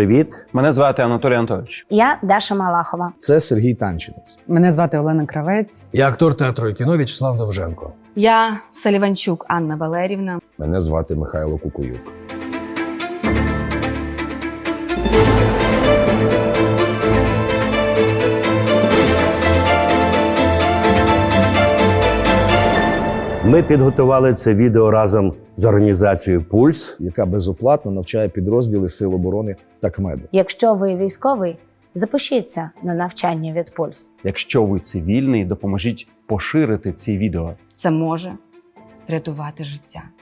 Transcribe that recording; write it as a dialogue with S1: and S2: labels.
S1: Привіт,
S2: Мене звати Анатолій Анатолійович.
S3: Я Даша Малахова.
S4: Це Сергій Танчинець.
S5: Мене звати Олена Кравець.
S6: Я актор театру і кіно В'ячеслав Довженко.
S7: Я Саліванчук Анна Валерівна.
S8: Мене звати Михайло Кукуюк.
S1: ми підготували це відео разом з організацією Пульс.
S4: яка безоплатно навчає підрозділи Сил оборони та КМЕДу.
S3: Якщо ви військовий, запишіться на навчання від Пульс.
S2: Якщо ви цивільний, допоможіть поширити ці відео.
S7: Це може врятувати життя.